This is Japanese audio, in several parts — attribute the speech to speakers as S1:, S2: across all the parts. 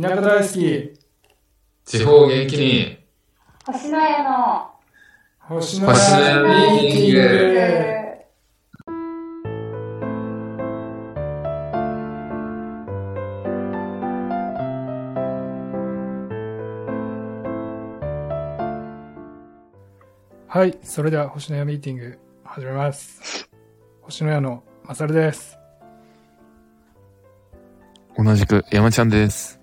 S1: 田舎大好き、
S2: 地方元気に、
S3: 星の家の
S1: 星
S2: 野家ミーティング
S1: はい、それでは星の家ミーティング始めます。星の家のまさるです。
S4: 同じく山ちゃんです。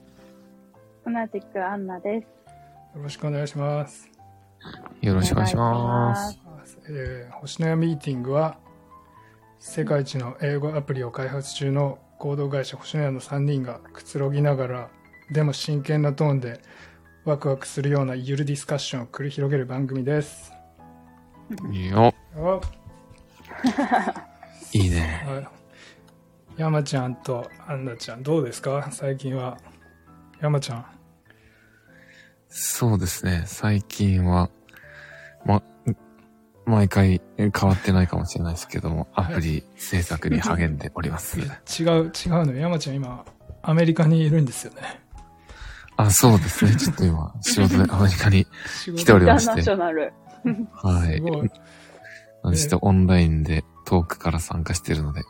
S3: 同じくアンナです。
S1: よろしくお願いします。
S4: よ
S3: よ
S4: ろしくお願いします。。
S1: えー星のやミーティングは世界一の英語アプリを開発中の合同会社星のやの3人がくつろぎながらでも真剣なトーンでワクワクするようなゆるディスカッションを繰り広げる番組です。
S4: いいよ。
S1: よ
S4: いいね。
S1: はい山ちゃんとアンナちゃんどうですか最近は。山ちゃん。
S4: そうですね。最近は、ま、毎回変わってないかもしれないですけども、アプリ制作に励んでおります。
S1: 違う、違うのよ。山ちゃん今アメリカにいるんですよね。
S4: あ、そうですね。ちょっと今、仕事でアメリカに
S1: 仕
S4: 来ており
S3: インタ
S4: ま
S3: ー
S4: し
S3: ナシ
S4: て、
S3: ョナル。
S4: は
S1: す
S4: い。
S1: ごい。
S4: ちょっとオンラインで遠くから参加してるので、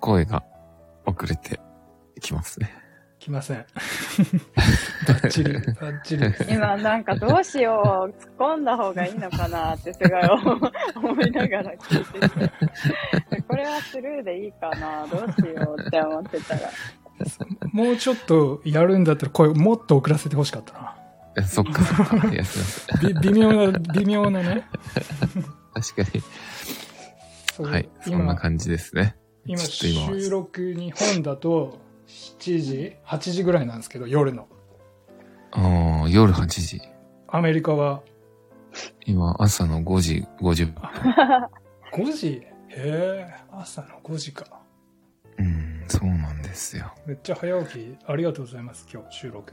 S4: 声が遅れてきますね。
S1: 来ません。 バッチリ、バッチリです。
S3: 今なんかどうしよう、突っ込んだ方がいいのかなってすごい思思いながら聞いてて。これはスルーでいいかな、どうしようって思ってたら。
S1: もうちょっとやるんだったら声もっと遅らせてほしかったな。
S4: えそっかそっ か。いやすいません
S1: び微妙 な、微妙なね。
S4: 確か
S1: そう
S4: に。はい。そんな
S1: 今、
S4: 感じですね。
S1: 今
S4: ちょっと今は
S1: 収録日本だと7時、8時ぐらいなんですけど、夜の。
S4: ああ、夜8時。
S1: アメリカは
S4: 今、朝の5時50分。
S1: 5時へえ、朝の5時か。
S4: うん、そうなんですよ。
S1: めっちゃ早起き、ありがとうございます、今日収録。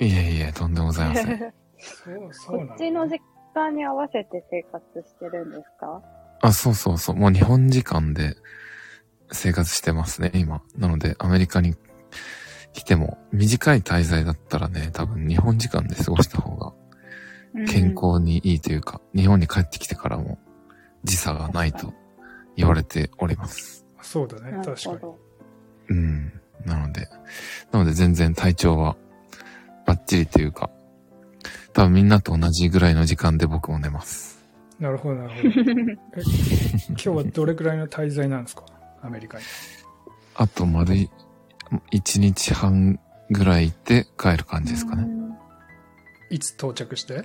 S4: いやいや、とんでもございませ ん。
S1: そう、そう
S3: こ
S1: な
S3: っちの時間に合わせて生活してるんですか
S4: あ、そうそうそう。もう日本時間で生活してますね、今。なので、アメリカに来ても、短い滞在だったらね、多分日本時間で過ごした方が健康にいいというか、日本に帰ってきてからも時差がないと言われております。
S1: そうだね
S3: うん、な、る
S1: 確か
S3: ほ
S1: に。
S3: ど。
S4: うん。なので、なので全然体調はバッチリというか、多分みんなと同じぐらいの時間で僕も寝ます。
S1: なるほど、なるほど。え今日はどれくらいの滞在なんですかアメリカに。
S4: あと丸い1日半ぐらいいて帰る感じですか
S3: う
S4: ね。
S3: ん
S1: いつ到着して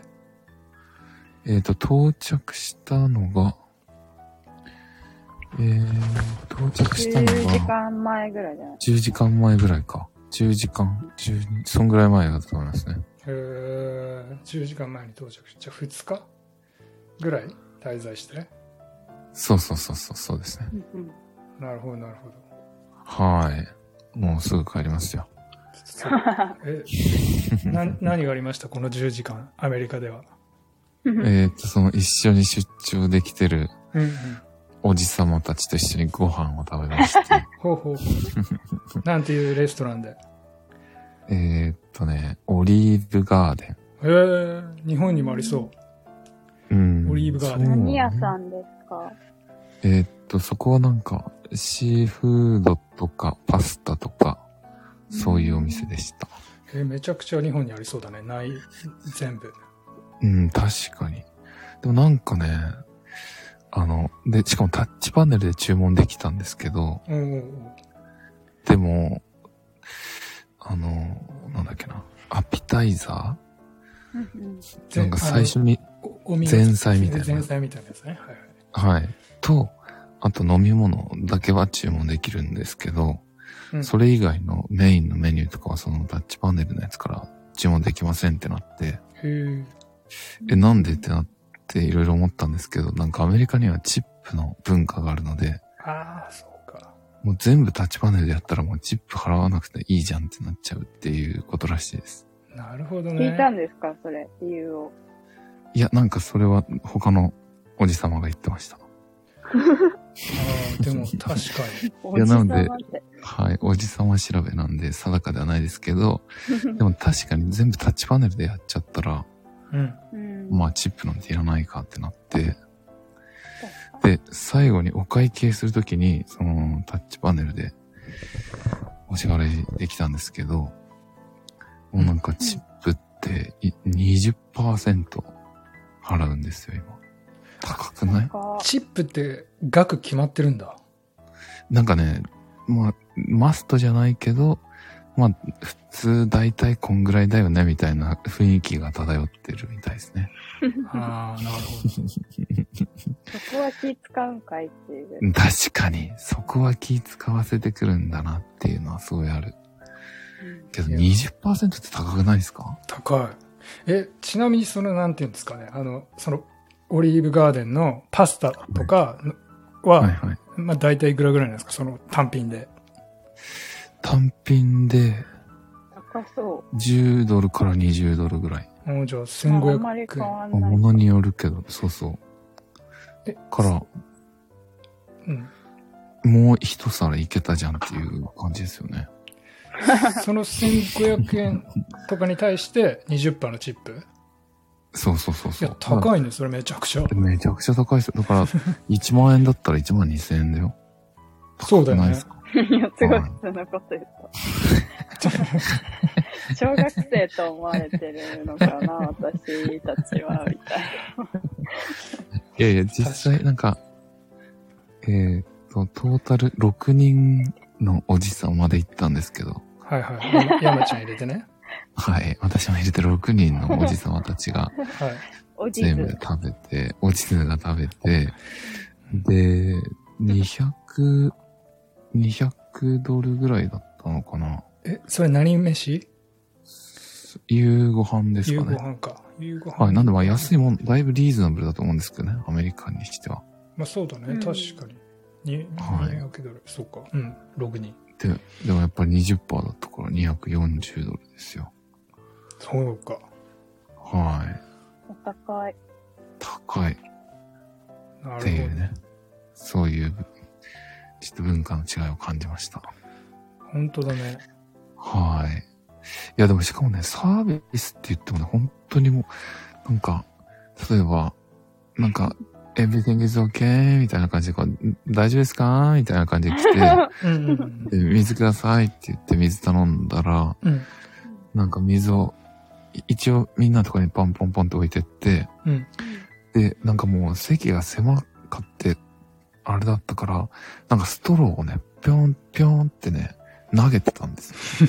S4: えっ、と、到着したのが、えー、到着した
S3: 10
S4: の
S3: 時
S4: が
S3: 間前ぐらいじゃない
S4: 10時間前ぐらいか。10時間、12、そんぐらい前だったと思いますね。
S1: えー、10時間前に到着して、じゃあ2日ぐらい滞在して。
S4: そうそうそうそう、そうですね。
S3: うんうん
S1: なるほど、なるほど。
S4: はい。もうすぐ帰りますよ。
S1: ちょっとそうえな何がありましたこの10時間、アメリカでは。
S4: えっ、と、その一緒に出張できてる
S1: うんうん。
S4: おじさまたちと一緒にご飯を食べま して、
S1: ほうほうほう。なんていうレストランで。
S4: えーっとね、オリーブガーデン。
S1: えー、日本にもありそう。
S4: うん
S1: オリーブガーデン
S3: 何屋さ
S4: ん
S3: んですか
S4: えーっと、そこはなんか、シーフードとかパスタとか、そういうお店でした。
S1: えーめちゃくちゃ日本にありそうだね。ない、全部。
S4: うん、確かに。でもなんかね、あの、で、しかもタッチパネルで注文できたんですけど、
S1: うんうんうん。
S4: でも、あの、なんだっけな、アピタイザー
S1: ぜ
S4: なんか最初に、
S1: あのおお水
S4: 前菜みたいな
S1: 前菜みたいなやつね。はいはい。
S4: はい。と、あと飲み物だけは注文できるんですけど、
S1: うん
S4: それ以外のメインのメニューとかはそのタッチパネルのやつから注文できませんってなって、
S1: へー
S4: え、なんでってなっていろいろ思ったんですけど、なんかアメリカにはチップの文化があるので、
S1: ああ、そうか。
S4: もう全部タッチパネルでやったらもうチップ払わなくていいじゃんってなっちゃうっていうことらしいです。
S1: なるほどね。
S3: 聞いたんですかそれ、理由を。
S4: いや、なんかそれは他のおじさまが言ってました。
S1: ああ、でも確かに。
S3: おじさま
S4: なの
S3: って。
S4: はい。おじさま調べなんで定かではないですけど、でも確かに全部タッチパネルでやっちゃったら、
S1: うん。
S3: うん
S4: まあチップなんていらないかってなって、で、最後にお会計するときに、そのタッチパネルでお支払いできたんですけど、もうなんかチップってい20%払うんですよ、今。高くない
S3: か
S1: チップって額決まってるんだ。
S4: なんかね、まあ、マストじゃないけど、まあ、普通大体こんぐらいだよね、みたいな雰囲気が漂ってるみたいですね。
S1: ああ、なるほ
S3: そこは気使うんかいっていう。
S4: 確かに、そこは気使わせてくるんだなっていうのはすごいある。けど
S1: いや
S4: 20%って高くないですか
S1: ど。高い。え、ちなみにその、なんていうんですかね。あの、その、オリーブガーデンのパスタとかは、
S4: はいはい。
S1: まあ大体いくらぐらいなんですかその単品で。
S4: 単品で
S3: 高そ
S4: 10ドルから20ドルぐらい。
S1: もうじゃあ
S3: う。まああんま
S1: 1500
S3: り変
S1: 円。
S3: わんない。
S4: ものによるけど、そうそう。
S1: え
S4: から、
S1: うん。
S4: もう一皿いけたじゃんっていう感じですよね。
S1: その1500円とかに対して20%のチップ。
S4: そうそうそう
S1: い
S4: そう。
S1: や、高いね、それめちゃくちゃ。
S4: めちゃくちゃ高いですよ。だ から、1万円だったら1万2千円だよ。
S1: そうだよ
S4: ないで
S1: ね
S4: す。か
S3: いや、すごい普通のこと言った。小学生と思われてるのかな、私たちは、みたい
S4: いやいや、実際なんか、えーっと、トータル6人のおじさんまで行ったんですけど、
S1: はいはい。山ちゃん入れてね。
S4: はい、私も入れて6人のおじさまたち が
S1: はい。
S3: な。おじ
S4: 全部
S3: ず。
S4: 食べて、おじずが食べて、で、200、200ドルぐらいだったのかな
S1: え、それ何飯
S4: 夕ご飯です
S1: 夕
S4: か
S1: ご
S4: ね。
S1: 飯か。夕ご飯。
S4: はい、なんでまあ
S1: い。
S4: 安いもん、だいぶリーズナブルだと思うんですけどね、アメリカにしては。
S1: まあそうだね、
S3: うん
S1: 確かに。に、
S4: はい
S1: 200ドル。そうか。うん、6人。
S4: で、でもやっぱり20%だったから240ドルですよ。
S1: そうか。
S4: はい。
S3: お高い。
S4: 高いっ
S1: なるほど
S4: ていう。ね。そういう、ちょっと文化の違いを感じました。
S1: 本当だね。
S4: はい。いや、でもしかもね、サービスって言ってもね、本当にもう、なんか、例えば、なんか、everything is okay みたいな感じでこう、ん大丈夫ですかみたいな感じで来て、
S1: うんうん
S4: で水くださいって言って水頼んだら、
S1: うん。うん。
S4: なんか水を、い一応みんなのとこにポンポンポンと置いてって、
S1: うん
S4: で、なんかもう席が狭かって、あれだったから、なんかストローをね、ぴょんぴょんってね、投げてたんで すよ。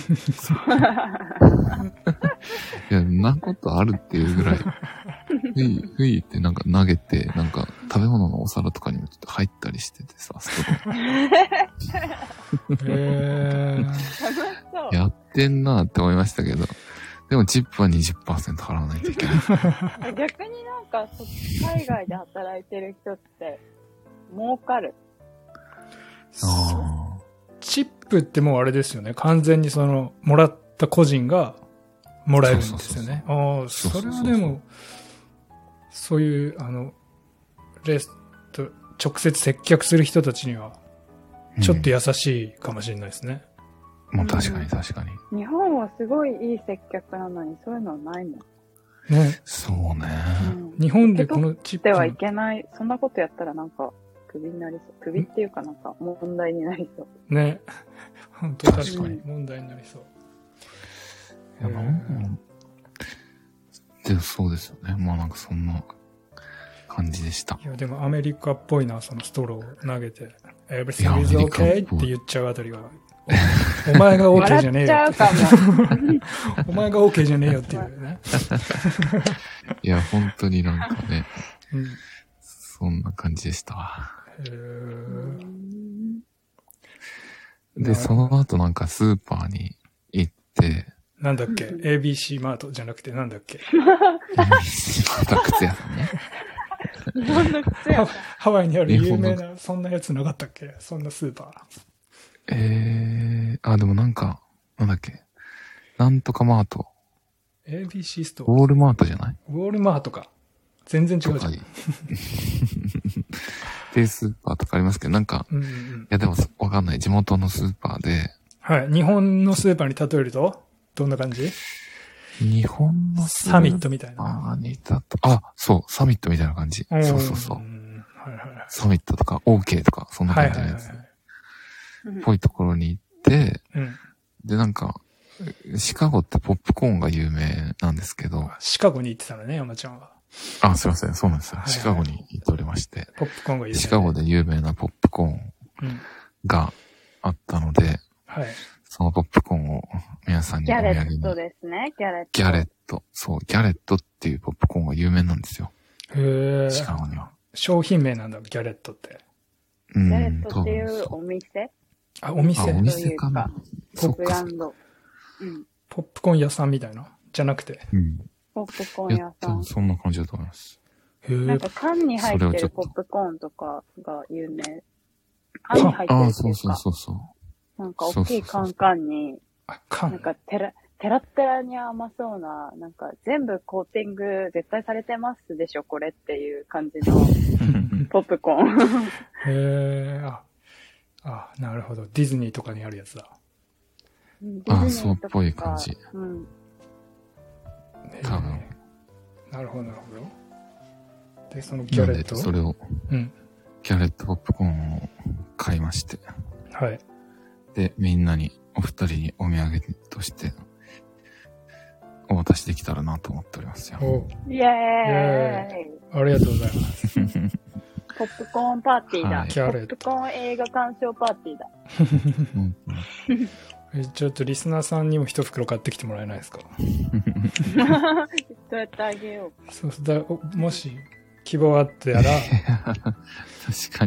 S4: いや、んなことあるっていうぐらい、ふい、ふいってなんか投げて、なんか食べ物のお皿とかにもちょっと入ったりしてて さ、ストロー。
S1: へ
S3: 楽しそう。
S4: やってんなって思いましたけど、でもチップは20%払わないといけない。
S3: 逆になんか、そ海外で働いてる人って、儲かる。
S1: ー。チップってもうあれですよね。完全にその、もらった個人がもらえるんですよね。ああ、
S4: そうそ
S1: そ
S4: うそ
S1: れ
S4: うそう
S1: はでも、そういう、あの、レスと直接接客する人たちには、
S4: うん
S1: ちょっと優しいかもしれないですね。
S4: まあ確かに確かに。
S3: 日本はすごいいい接客なのに、そういうのはないもん。
S1: ね。
S4: そうね。
S3: うん。
S1: 日本でこのチップ
S3: ではいけない。そんなことやったらなんか、クビになりそう。クビっていうかなんか、問題になりそう。
S1: ね。本当確
S3: 確
S1: か
S3: か
S1: に
S3: に
S1: 問題になりそう。
S4: いやまあ
S1: うん
S4: でそうですよね。まあなんかそんな感じでした。
S1: いや、でもアメリカっぽいな、そのストローを投げて、
S4: いや
S1: Everything
S4: アメ
S1: is
S4: リカっ
S1: okay
S4: ぽい
S1: って言っちゃうあたりが、 お前が OK じゃね
S3: 笑
S1: え
S3: っち
S1: よ
S3: ゃ
S1: って、
S3: うかも。
S1: お前が OK じゃねえよっていうね。
S4: いや、本当になんか ね、
S1: うん
S4: そんな感じでしたわ。
S1: えー
S4: で、その後なんかスーパーに行 って、
S1: なんだっけ ?ABC マートじゃなくてなんだっけ
S4: また靴屋さんね。
S3: 日本の靴
S1: ハ
S3: 屋
S1: ハワイにある有名な、そんなやつなかったっけそんなスーパ
S4: えー、あ、でもなんか、なんだっけ。なんとかマート。
S1: ー。ABC スト
S4: ウォールマートじゃない
S1: ウォールマートか。全然違
S4: と
S1: うじ
S4: か
S1: ゃん。
S4: に。定スーパーとかありますけど、なんか、
S1: うんうんうん
S4: いやでもそわかんない。地元のスーパーで、
S1: はい。日本のスーパーに例えると、どんな感じ
S4: 日本のスーパ
S1: サミットみたいな。
S4: ーにだと、あ、そう、サミットみたいな感じ。そうそうそ
S1: ん
S4: う。
S1: はいはいはい。
S4: サミットとか、OK とか、そんな
S1: はい
S4: 感
S1: は
S4: じ
S1: いは
S4: の
S1: い
S4: や
S1: は
S4: つ。
S1: い。
S3: うん
S4: ぽいところに行って、
S1: うん。
S4: で、なんか、シカゴってポップコーンが有名なんですけど、
S1: シカゴに行ってたのね、山ちゃんは。
S4: あ、すいません、そうなんですよ
S1: は。いはい
S4: シカゴに行っておりまして、
S1: ポップコーンが有名
S4: シカゴで有名なポップコーン
S1: うん。
S4: があったので、
S1: はい。
S4: そのポップコーンを皆さんに
S3: ギ
S4: お
S3: ャ
S4: 土
S3: レ
S4: 産に
S3: ッ。トですね、ギャレット。
S4: ギャレット。そう、ギャレットっていうポップコーンが有名なんですよ。
S1: へえ。
S4: シカゴには。
S1: 商品名なんだ、ギャレットって。
S4: う
S3: ギャレッ
S4: ん、
S3: トってい
S4: そうう
S3: お店
S1: あ、お店
S4: あ、お
S3: と
S4: 店
S3: いう
S4: かな
S3: か、
S4: そっ
S3: ブラ
S4: か。
S3: ンド。うん。
S1: ポップコーン屋さんみたいなじゃなくて。
S4: うん。
S3: ポップコー
S4: い
S3: ン
S4: や
S3: 屋さん。
S4: そんな感じだと思います。
S1: へ
S3: な
S1: え
S3: ん。か缶に入
S4: それ
S3: っ
S4: を
S3: て
S4: ちょっ
S3: る
S4: と
S3: ポップコーンとかが有名。缶に入ってる
S4: ああ、
S3: っていうか
S4: そうそうそうそう。
S3: なんか大きいカンカンに、
S1: あ、
S3: なん
S1: 缶。
S3: かテラ、テラッテラに甘そうな、なんか全部コーティング絶対されてますでしょ、これっていう感じ のポップコーン。
S1: へえ。あ、あ、なるほど。ディズニーとかにあるやつだ。
S3: うん
S4: ああ
S3: ディズニーとか
S4: そうっぽい感じ
S3: うん。
S1: へえ
S4: 多分。
S1: なるほど、なるほど。で、そのギ
S4: な
S1: ャ
S4: ん
S1: レッ
S4: で、
S1: ト。
S4: それを、
S1: うん。
S4: ギャレットポップコーンを買いまして、
S1: はい。
S4: で、みんなに、お二人にお土産として、お渡しできたらなと思っておりますよ。
S1: お
S3: イエーイ
S1: ありがとうございます。
S3: ポップコーンパーティーだ。
S4: はい
S1: ギャ
S3: ポ
S1: レッ
S3: ッ
S1: ト
S3: プコーン映画鑑賞パーティーだ。
S4: うん
S1: えちょっとリスナーさんにも一袋買ってきてもらえないですか
S3: どうやってあげよ
S1: そうそうだおもし希望あったら
S4: 確 か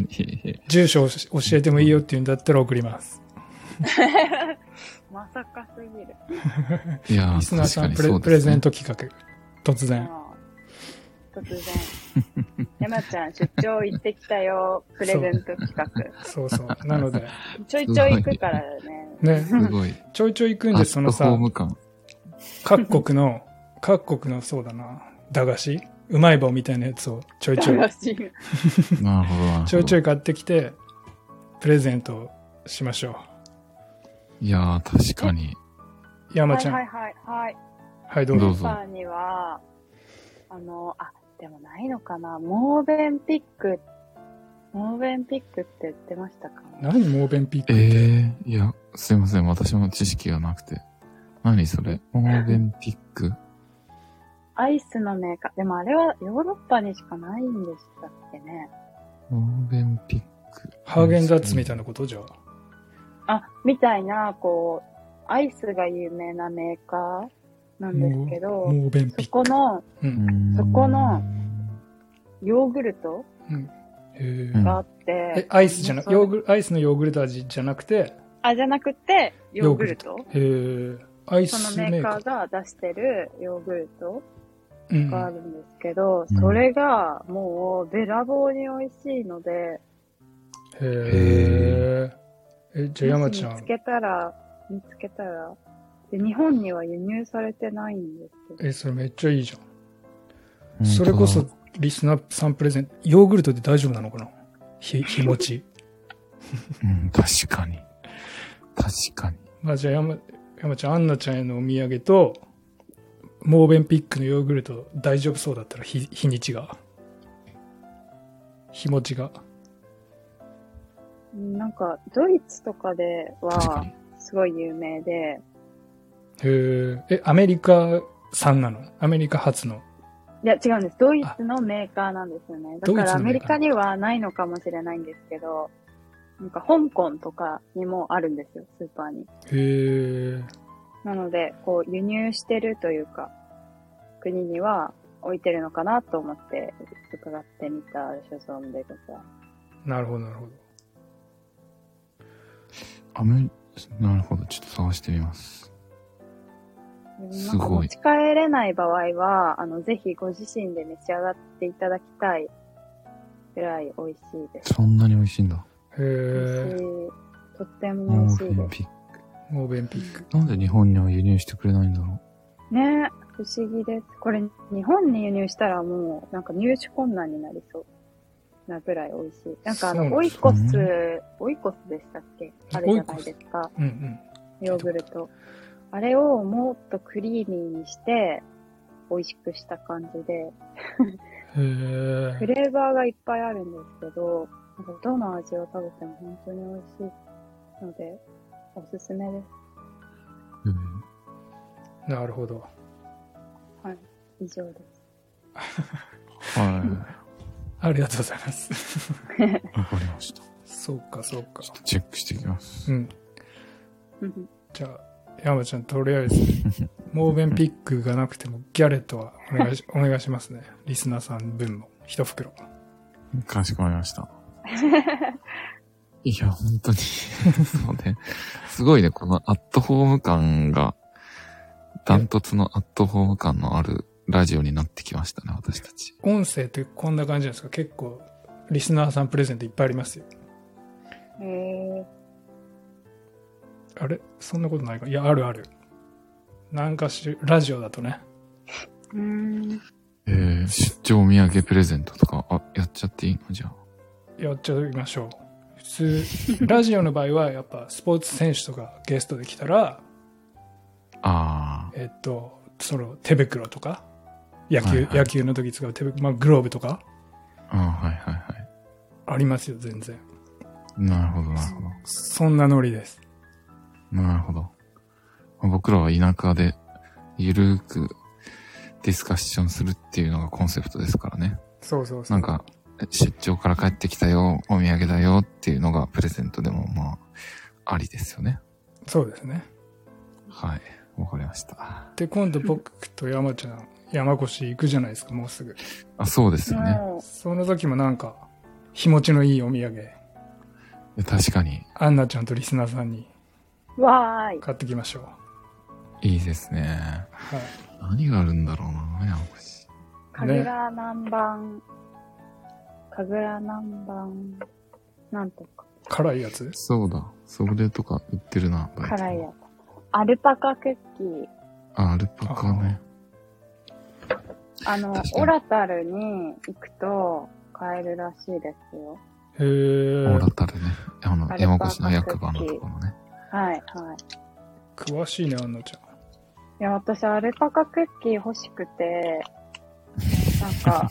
S4: に。
S1: 住所を教えてもいいよっていうんだったら送ります
S3: う。まさかすぎる。
S4: いや
S1: リス
S4: ー、
S1: ナー
S4: 確
S1: さ
S4: か
S1: ん
S4: に
S1: プレ,、
S4: そう
S1: プレ
S4: で
S1: ゼ
S4: す
S1: ン
S4: ね。
S1: ト企画突然
S3: うん突然。 山ちゃん、出張行ってきたよ。プレゼント企画。
S1: そうそうなので
S3: ちょいちょい行くからね。
S1: ね
S4: すごい。
S1: ちょいちょい行くん
S4: ア
S1: でそ
S4: ット
S1: の
S4: ホ
S1: さ
S4: ーム感。
S1: 各国の各国のそうだな駄菓子うまい棒みたいなやつをちょいちょい
S3: 楽しい。
S4: なるほどなるほど。
S1: ちょいちょい買ってきてプレゼントしましょう
S4: いやー、確かに。
S1: 山
S3: は
S1: ち
S3: い
S1: ゃんは、
S3: はいいはいはい。
S1: どう
S4: ど
S1: ぞ
S4: う
S3: スー
S4: ぞ
S3: パーには、あの、あ、でもないのかな。モーベンピック。モーベンピックって売ってましたかね
S1: 何モーベンピックって、
S4: ええー、いや、すいません。私も知識がなくて。何それオーベンピック
S3: アイスのメーカー。でもあれはヨーロッパにしかないんでしたっけね。
S4: オーベンピック。
S1: ハーゲンダッツみたいなことじゃあ
S3: あ、みたいな、こう、アイスが有名なメーカーなんですけど、
S1: モーベンピ
S3: そ
S1: ック
S3: この
S1: う
S4: うんん。
S3: そこのヨーグルト
S1: へー
S4: うん
S3: があって、
S1: え、アイスじゃなく、
S3: それ
S1: ヨーグル、アイスのヨーグルト味じゃなくて、
S3: あ、じゃなくて、ヨーグルト
S1: えー、アイ
S3: その
S1: ス
S3: メ
S1: メ
S3: ー
S1: ー
S3: カ
S1: カー
S3: ー。が出してるヨーグルト
S1: うん
S3: があるんですけど、
S4: うん
S3: それがもうべらぼうに美味しいので、
S1: へえ。え、じゃあ
S3: も
S1: 山
S3: し
S1: ちゃ
S3: 見つ
S1: ん、
S3: けたら、見つけたら、で日本には輸入されてないんですけど、
S1: え、それめっちゃいいじゃん。
S4: うん
S1: それこそ、リスナーさんプレゼント、ヨーグルトで大丈夫なのかなひ、日持ち。
S4: うん、確かに。確かに。
S1: まあじゃあ山、山ちゃん、アンナちゃんへのお土産と、モーベンピックのヨーグルト大丈夫そうだったら、日、日にちが。日持ちが。
S3: なんかドイツとかで
S4: 確か
S3: は
S4: に。
S3: すごい有名で、
S1: へーえ、アメリカ産なのアメリカ発の。
S3: いや違うんです。ドイツのメーカーなんですよね。だ
S1: ド
S3: か
S1: イツ
S3: らア
S1: のメ
S3: メ
S1: ー
S3: リ
S1: カー
S3: カにはないのかもしれないんですけど、なんか香港とかにもあるんですよ、スーパーに。
S1: へえ。
S3: なので、こう輸入してるというか、国には置いてるのかなと思って伺ってみた所存でございます。
S1: なるほど、なるほど。
S4: アメなるほど。ちょっと探してみます。
S3: な
S4: す
S3: んか
S4: ごい
S3: 持ち帰れない場合は、あの、ぜひご自身で召し上がっていただきたいぐらい美味しいです。
S4: そんなに美味しいんだ。
S1: へ
S3: 美味
S1: え
S3: し。いとっても美
S4: オ
S3: 味
S4: ー
S3: し
S4: ベ
S3: い
S4: ン
S3: で
S4: ピッ
S1: モーベンピック。
S4: ク。なんで日本には輸入してくれないんだろ
S3: す。ね不思議です。これ、日本に輸入したらもう、なんか入手困難になりそう。
S4: う。
S3: なぐらい美味しい。なん
S1: そ
S3: かあ
S1: うなん
S3: の、
S1: だ
S3: オイコス、オイコスでしたっけあるじゃないですか。
S1: うんうん。
S3: ヨーグルト。あれをもっとクリーミーにして、美味しくした感じで、
S1: へー
S3: フレーバーがいっぱいあるんですけど、なんかどの味を食べても本当に美味しいので、おすすめです。
S4: うん。
S1: なるほど。
S3: はい。以上です。
S4: は
S1: ありがとうございます。
S4: い。わかりました。
S1: そうか、そうか
S4: ち。ょっとチェックしていきます。
S1: うん。
S3: うん
S1: じゃあ、山ちゃん、とりあえず、 モーベンピックがなくても、ギャレットはお願いし、お 願いしますね。リスナーさん分も、一袋。
S4: かしこまりました。いや、本当に。 そうね。すごいね、このアットホーム感が、ダントツのアットホーム感のあるラジオになってきましたね、私たち。
S1: 音声ってこんな感じなんですか結構、リスナーさんプレゼントいっぱいありますよ。
S3: うん。え
S1: あれそんなことないかいや、あるある。なんかし、ラジオだとね。
S3: ー。うーん。
S4: えー、出張土産プレゼントとか、あ、やっちゃっていいのじゃあ。
S1: やっちゃいましょう。普 通、ラジオの場合は、やっぱ、スポーツ選手とかゲストで来たら、
S4: あ
S1: えっと、その手袋とか、野球、
S4: はいはい
S1: 野球の時使う手袋、まあ、グローブとか、
S4: ー、あーはいはいはい。
S1: ありますよ、全然。
S4: なるほど、なるほど。
S1: そんなノリです。
S4: なるほど。僕らは田舎で、ゆるーくディスカッションするっていうのがコンセプトですからね。
S1: そうそうそう。
S4: なんか、出張から帰ってきたよ、お土産だよっていうのがプレゼントでもまあ、ありですよね。
S1: そうですね。
S4: はい。わかりました。
S1: で、今度僕と山ちゃん、山越行くじゃないですか、もうすぐ。
S4: あ、そうですよね。
S3: も
S1: その時もなんか、日持ちのいいお土産、
S4: いや確かに、
S1: アンナちゃんとリスナーさんに
S3: う、わーい。
S1: 買ってきましょう。
S4: いいですね。
S1: はい。
S4: 何があるんだろうな、山越。
S3: 神楽南蛮、神楽南蛮、なんとか、
S1: 辛いやつ
S4: そうだ。それとか売ってるな、バイト
S3: 辛いやつ。アルパカクッキー。
S4: あ、アルパカね。
S3: あの
S4: 確か、に
S3: オラタルに行くと買えるらしいですよ。
S1: へ
S4: オ
S1: ー
S4: ラタルね。あの
S3: ア、ルパカ
S4: 山越の役場のところね。
S3: はい、はい。
S1: 詳しいね、アンナちゃん。
S3: いや、私、アルパカクッキー欲しくて、なん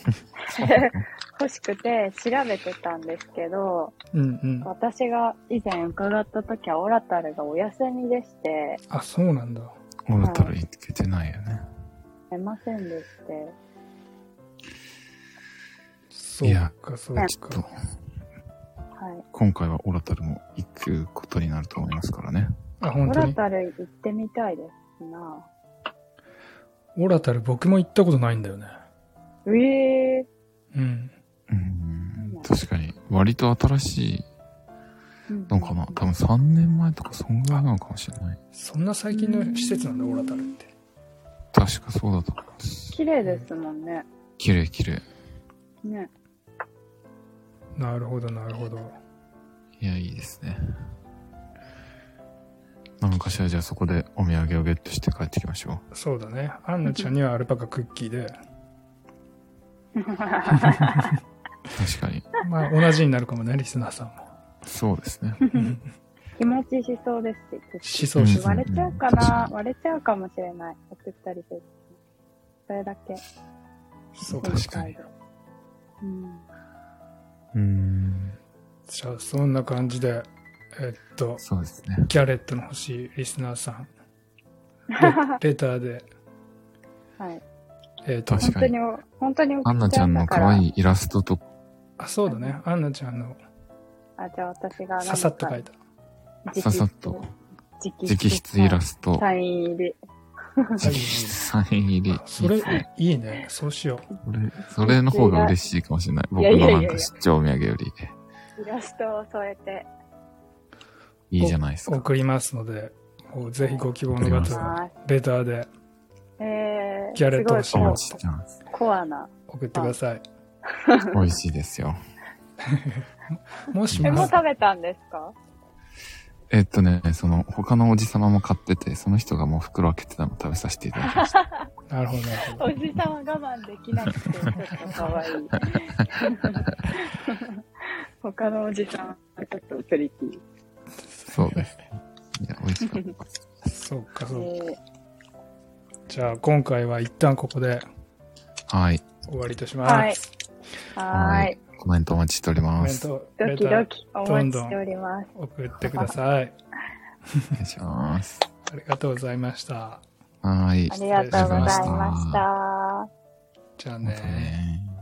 S3: か、欲しくて調べてたんですけど、
S1: うんうん。
S3: 私が以前伺った時はオラタルがお休みでして、
S1: あ、そうなんだ。
S4: オラタル行けてないよね。
S3: 出ませんでして。
S1: そうか、そう
S4: ちょ
S1: か
S4: っと。、
S3: はい。
S4: 今回はオラタルも行くことになると思いますからね。
S1: あ、
S3: オ
S1: 本当
S3: ラ
S1: に。
S3: タル行ってみたいですな。
S1: オラタル僕も行ったことないんだよね。
S3: うえ
S1: うん。
S4: うん、確かに、割と新しい
S3: ー。
S4: のかな。多分3年前とかそんぐらいなのかもしれない。
S1: そんな最近の施設なんだ、オラタルって。
S4: 確かそうだと思います。
S3: 綺麗ですもんね。
S4: 綺麗綺麗。
S3: ね。
S1: なるほど、なるほど。
S4: いや、いいですね。なんかしらじゃあそこでお土産をゲットして帰ってきましょ
S1: そうだね。アンナちゃんにはアルパカクッキーで、
S4: う。確かに。
S1: まあ同じになるかもね、リスナーさんも。
S4: そうですね。
S3: 気持ちしそうですし。
S1: しそうしそう。
S3: 割れちゃうか
S4: う
S3: なん割れちゃうかもしれない。送ったりする。それだけ。
S1: そうか。
S4: 確かに
S3: うん。
S4: うん。
S1: じゃあそんな感じで、えっと、
S4: そうですね。
S1: ギャレットの欲しいリスナーさん、レ レターで、
S3: はい。
S1: えっと、
S4: 確
S3: 本
S4: か
S3: 当
S4: に
S3: に、本当に
S4: アンナちゃんの可愛
S3: い。
S4: いイラストと、
S1: あ、そうだね。アンナちゃんの
S3: あ、じゃあ私が
S1: ささっと書いた。
S3: た
S4: ささっと、
S3: 直
S4: 直筆イラスト、
S3: サイン入り。
S4: 直筆サイン入り
S1: あ。それ
S4: いいね、
S1: いいね。そうしよう。
S4: それ、それの方が嬉しいかもしれない。僕
S3: やいや
S4: の
S3: いや
S4: ない
S3: や
S4: んか出張お土産より。
S3: イラストを添えて。
S4: いいじゃないですか。
S1: 送りますので、もうぜひご希望の
S4: 送り
S1: 方
S4: ま
S1: は、
S3: は
S1: レターで
S3: い。えー、
S1: ギャレット欲しい
S3: す
S4: お
S3: ごい
S4: 待ちしてます。
S3: コアな。
S1: 送ってください。
S4: 美味しいですよ。
S1: もし
S3: え、
S1: も
S3: もう、食べたんですか
S4: え っとね、その、他のおじさまも買ってて、その人がもう袋開けてたの食べさせていただきました。
S1: なるほど、なるほど。
S3: おじさんは我慢できなくて、ちょっと可愛 い。他のおじさんはちょっとプリティ。
S4: そうです。いや、美味しかった。
S1: そうか、そうか。
S3: え
S1: じゃあ、今回は一旦ここで
S4: はい。
S1: 終わりとし
S3: ー
S1: ます。
S3: はい。はーい。
S4: コメントお待ちしており
S1: コ
S4: ま
S1: メン
S4: す。
S1: ト、
S3: ド
S1: レ
S3: キ
S1: タ
S3: ド
S1: ー
S3: キお待ちしております。
S1: 送ってください。
S4: お願いします。
S1: ありがとうございました。
S4: はい。
S3: ありがとうございました。
S1: じゃあ
S4: ま
S1: ね
S4: たね